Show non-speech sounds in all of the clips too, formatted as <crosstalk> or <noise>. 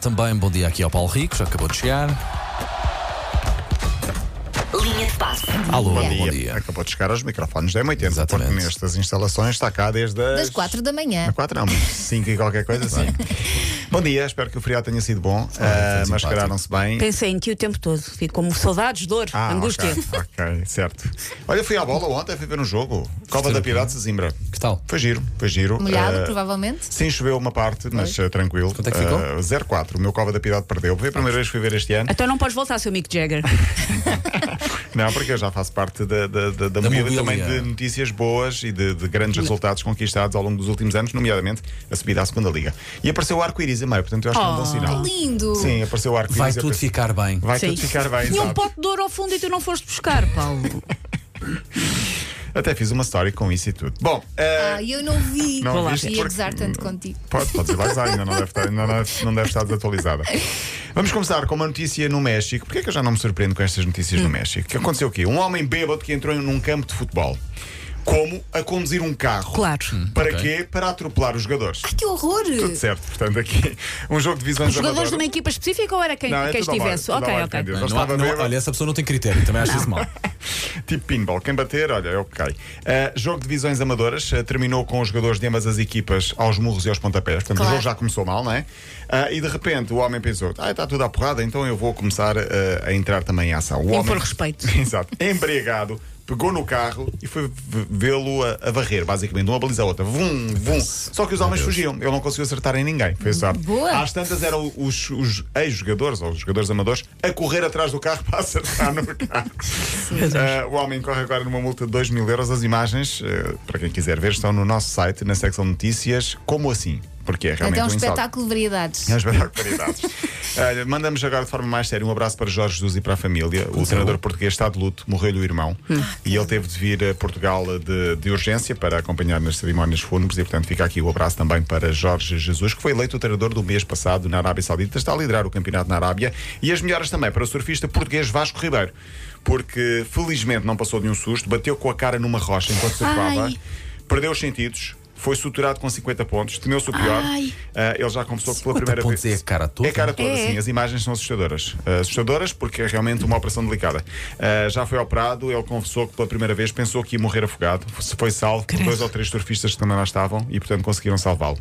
Também bom dia aqui ao Paulo Rico, já acabou de chegar. Linha de passe. Alô, Bom bom dia. dia. Acabou de chegar aos microfones da M80, Exatamente. porque nestas instalações está cá desde as... Das quatro da manhã. Não, quatro não, mas cinco e qualquer coisa assim. bom dia, espero que o feriado tenha sido bom. Ah, foi mascararam-se bem. Pensei em ti o tempo todo. Fico como saudades, dor, Ah, angústia. ok, <laughs> ok, certo. Olha, fui à bola ontem, fui ver um jogo. Copa da Piratas de Zimbra. Que tal? Foi giro, foi giro. Molhado, Ah, provavelmente. Sim, choveu uma parte, mas ah, tranquilo. Quanto é que ficou? Ah, 0-4. O meu Cova da Piedade perdeu. Foi a primeira vez que fui ver <laughs> este ano. Então não podes voltar, seu <laughs> Mick Jagger. Não, porque eu já faço parte da, da, da, da mobília mobília. também de notícias boas e de, de grandes resultados conquistados ao longo dos últimos anos, nomeadamente a subida à segunda liga. E apareceu o arco-íris a meio, portanto eu acho que é um bom Oh. sinal. Que lindo. Sim, apareceu o arco-íris. Vai eu tudo pensei, ficar bem. Vai Sim. tudo ficar bem, E um exato. pote de ouro ao fundo e tu não foste buscar, Paulo. Até fiz uma story com isso e tudo. Bom, eh, Ah, eu não vi. Não Vou lá viste ver. Ia porque- gozar tanto contigo. Pode, pode dizer, vai usar, ainda não deve estar, ainda não deve- não deve estar <laughs> desatualizada. Vamos começar com uma notícia no México. Porquê é que eu já não me surpreendo com estas notícias Hum. no México? O que aconteceu aqui? Um homem bêbado que entrou num campo de futebol. Como? A conduzir um carro. Claro. Para ok. quê? Para atropelar os jogadores. Ai, que horror! Tudo certo, portanto, aqui um jogo de visões Os jogadores de amadoras. uma equipa específica ou era quem, Não, é quem tudo ao ar, estivesse? tudo ao ok, ar, ok. entendi. Não, Não estava não- bêbado. olha, essa pessoa não tem critério, também acho isso mal. <laughs> Tipo pinball, quem bater, olha, é o que cai. Ah, jogo de visões amadoras ah, terminou com os jogadores de ambas as equipas aos murros e aos pontapés. Portanto, Claro. o jogo já começou mal, não é? Ah, e de repente o homem pensou: ah, está tudo à porrada, então eu vou começar ah, a entrar também em ação. O Impor <laughs> homem, respeito. Exato. Embriagado, pegou no carro e foi v- vê-lo a, a varrer, basicamente, de uma baliza à outra. Vum, vum. Só que os homens fugiam, ele não conseguiu acertar em ninguém. Foi sorte. Boa. Às tantas eram os, os ex-jogadores ou os jogadores amadores a correr atrás do carro para acertar no carro. Ah, o homem corre agora numa multa de 2 mil euros. As imagens, ah, para quem quiser ver, estão no nosso site, na secção de notícias. Como assim? Porque é realmente Até um um insalto. espetáculo de variedades. <laughs> É um espetáculo de variedades. Olha, mandamos agora de forma mais séria um abraço para Jorge Jesus e para a família. é. O treinador português está de luto, morreu-lhe o irmão Hum. e ele teve de vir a Portugal de, de urgência para acompanhar nas cerimónias fúnebres e, portanto, fica aqui o abraço também para Jorge Jesus, que foi eleito o treinador do mês passado na Arábia Saudita, está a liderar o campeonato na Arábia e as melhoras também para o surfista português Vasco Ribeiro, porque felizmente não passou de um susto, bateu com a cara numa rocha enquanto surfava, Ai. perdeu os sentidos. Foi suturado com 50 pontos, temeu-se o pior. Ai. Ah, ele já confessou que 50 pela primeira pontos vez. é a cara toda? É a cara toda, É. sim. As imagens são assustadoras. Ah, assustadoras porque é realmente uma operação delicada. Ah, já foi operado, ele confessou que pela primeira vez pensou que ia morrer afogado. Se foi salvo por Credo. dois ou três surfistas que também lá estavam e, portanto, conseguiram salvá-lo.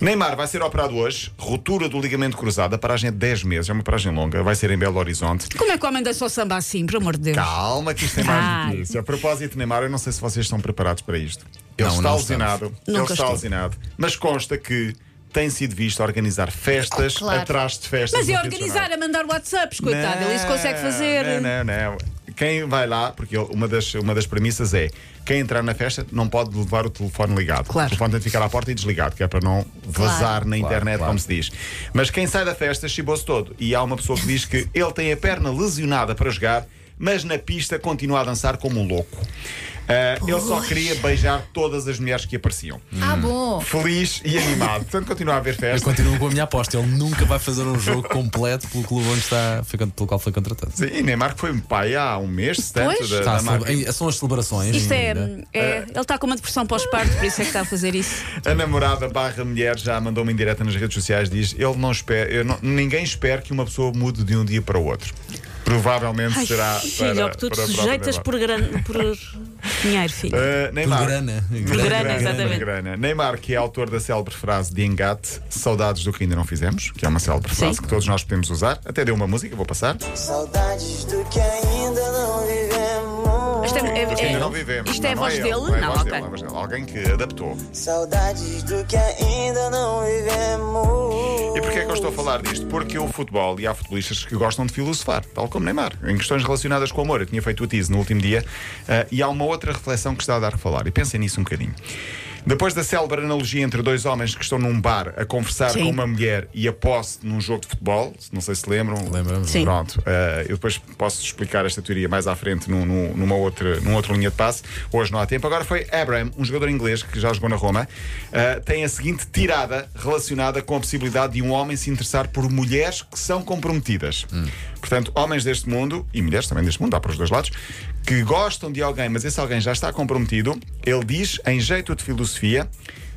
Neymar vai ser operado hoje, rotura do ligamento cruzado, a paragem é de 10 meses, é uma paragem longa, vai ser em Belo Horizonte. Como é que o homem deixou o samba assim, pelo amor de Deus? Calma, que isto é mais do Ai. que isso. A propósito, Neymar, eu não sei se vocês estão preparados para isto. Ele Não, está não alucinado, ele está Nunca estive. alucinado, mas consta que tem sido visto a organizar festas Claro. atrás de festas. Mas é no Rio de organizar, Janeiro. a mandar WhatsApps, coitado. Ele isso consegue fazer. Não, não, não. Né, Quem vai lá, porque ele- uma das, uma das premissas é quem entrar na festa não pode levar o telefone ligado. Claro. O telefone tem de ficar à porta e desligado, que é para não vazar na internet, claro. como se diz. Mas quem sai da festa chibou-se todo. E há uma pessoa que diz que ele tem a perna lesionada para jogar, mas na pista continua a dançar como um louco. Ah, ele só queria beijar todas as mulheres que apareciam. Ah, bom. Feliz e animado. Portanto, continua a haver Eu festa. continuo com a minha aposta, ele nunca vai fazer um jogo completo pelo clube onde está, foi- pelo qual foi contratado. Sim, e Neymar que foi pai há um mês, se tanto, Pois. da, Eh, Está a da celebra- marca. em- São as celebrações. Isto é, ainda. é- Ele está com uma depressão pós-parto, por isso é que está a fazer isso. A namorada barra mulher já mandou uma indireta nas redes sociais, diz: ele não espera, eu não- ninguém espera que uma pessoa mude de um dia para o outro. Provavelmente Ai, será. filho, para, ó, que tu para te a própria sujeitas Neymar. por, gran- por dinheiro, filho. Eh, Neymar. Por grana. Por Grana, grana, exatamente. por grana. Neymar, que é autor da célebre frase de engate, saudades do que ainda não fizemos, que é uma célebre frase Sim. que todos nós podemos usar. Até deu uma música, vou passar. Saudades do que ainda não vivemos. Isto é, é- Do que é- ainda não vivemos. isto é a Não, não voz ele, dele? Não, é a voz ok. dele, é a voz dele. Alguém que adaptou. Saudades do que ainda não vivemos. E porquê é que eu estou a falar disto? Porque o futebol e há futebolistas que gostam de filosofar, tal como Neymar, em questões relacionadas com o amor. Eu tinha feito o tease no último dia ah, e há uma outra reflexão que está a dar a falar. E pensem nisso um bocadinho. Depois da célebre analogia entre dois homens que estão num bar a conversar Sim. com uma mulher e a posse num jogo de futebol, não sei se lembram. Lembramos. Sim. Pronto, eh, eu depois posso explicar esta teoria mais à frente num, num- numa outra, num outro linha de passe. Hoje não há tempo. Agora foi Abraham, um jogador inglês que já jogou na Roma, eh, tem a seguinte tirada relacionada com a possibilidade de um homem se interessar por mulheres que são comprometidas. Portanto, homens deste mundo, e mulheres também deste mundo, dá para os dois lados, que gostam de alguém, mas esse alguém já está comprometido, ele diz, em jeito de filosofia,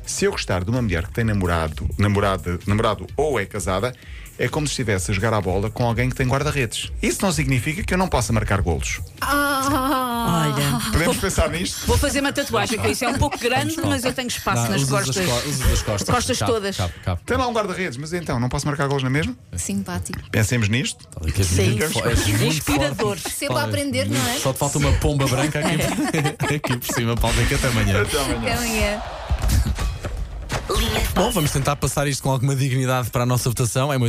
Se eu gostar de uma mulher que tem namorado, namorada, namorado ou é casada, é como se estivesse a jogar à bola com alguém que tem guarda-redes. Isso não significa que eu não possa marcar golos. Olha. Podemos pensar nisto? Vou fazer uma tatuagem com isso. É um pouco grande, mas eu tenho espaço Dá, nas usas as costas. co- usas as costas. Costas Cabe, todas. cabe, cabe. Tem lá um guarda-redes, mas então, não posso marcar golos na mesma? Simpático. Pensemos nisto. Olha Tá, que és Sim. muito fo- és muito Inspirador. forte. Sempre a aprender, não é? Só te falta uma pomba branca aqui, <laughs> por- aqui <laughs> por cima, Paulo, daqui até amanhã. Até amanhã. Até amanhã. Bom, vamos tentar passar isto com alguma dignidade para a nossa votação. É uma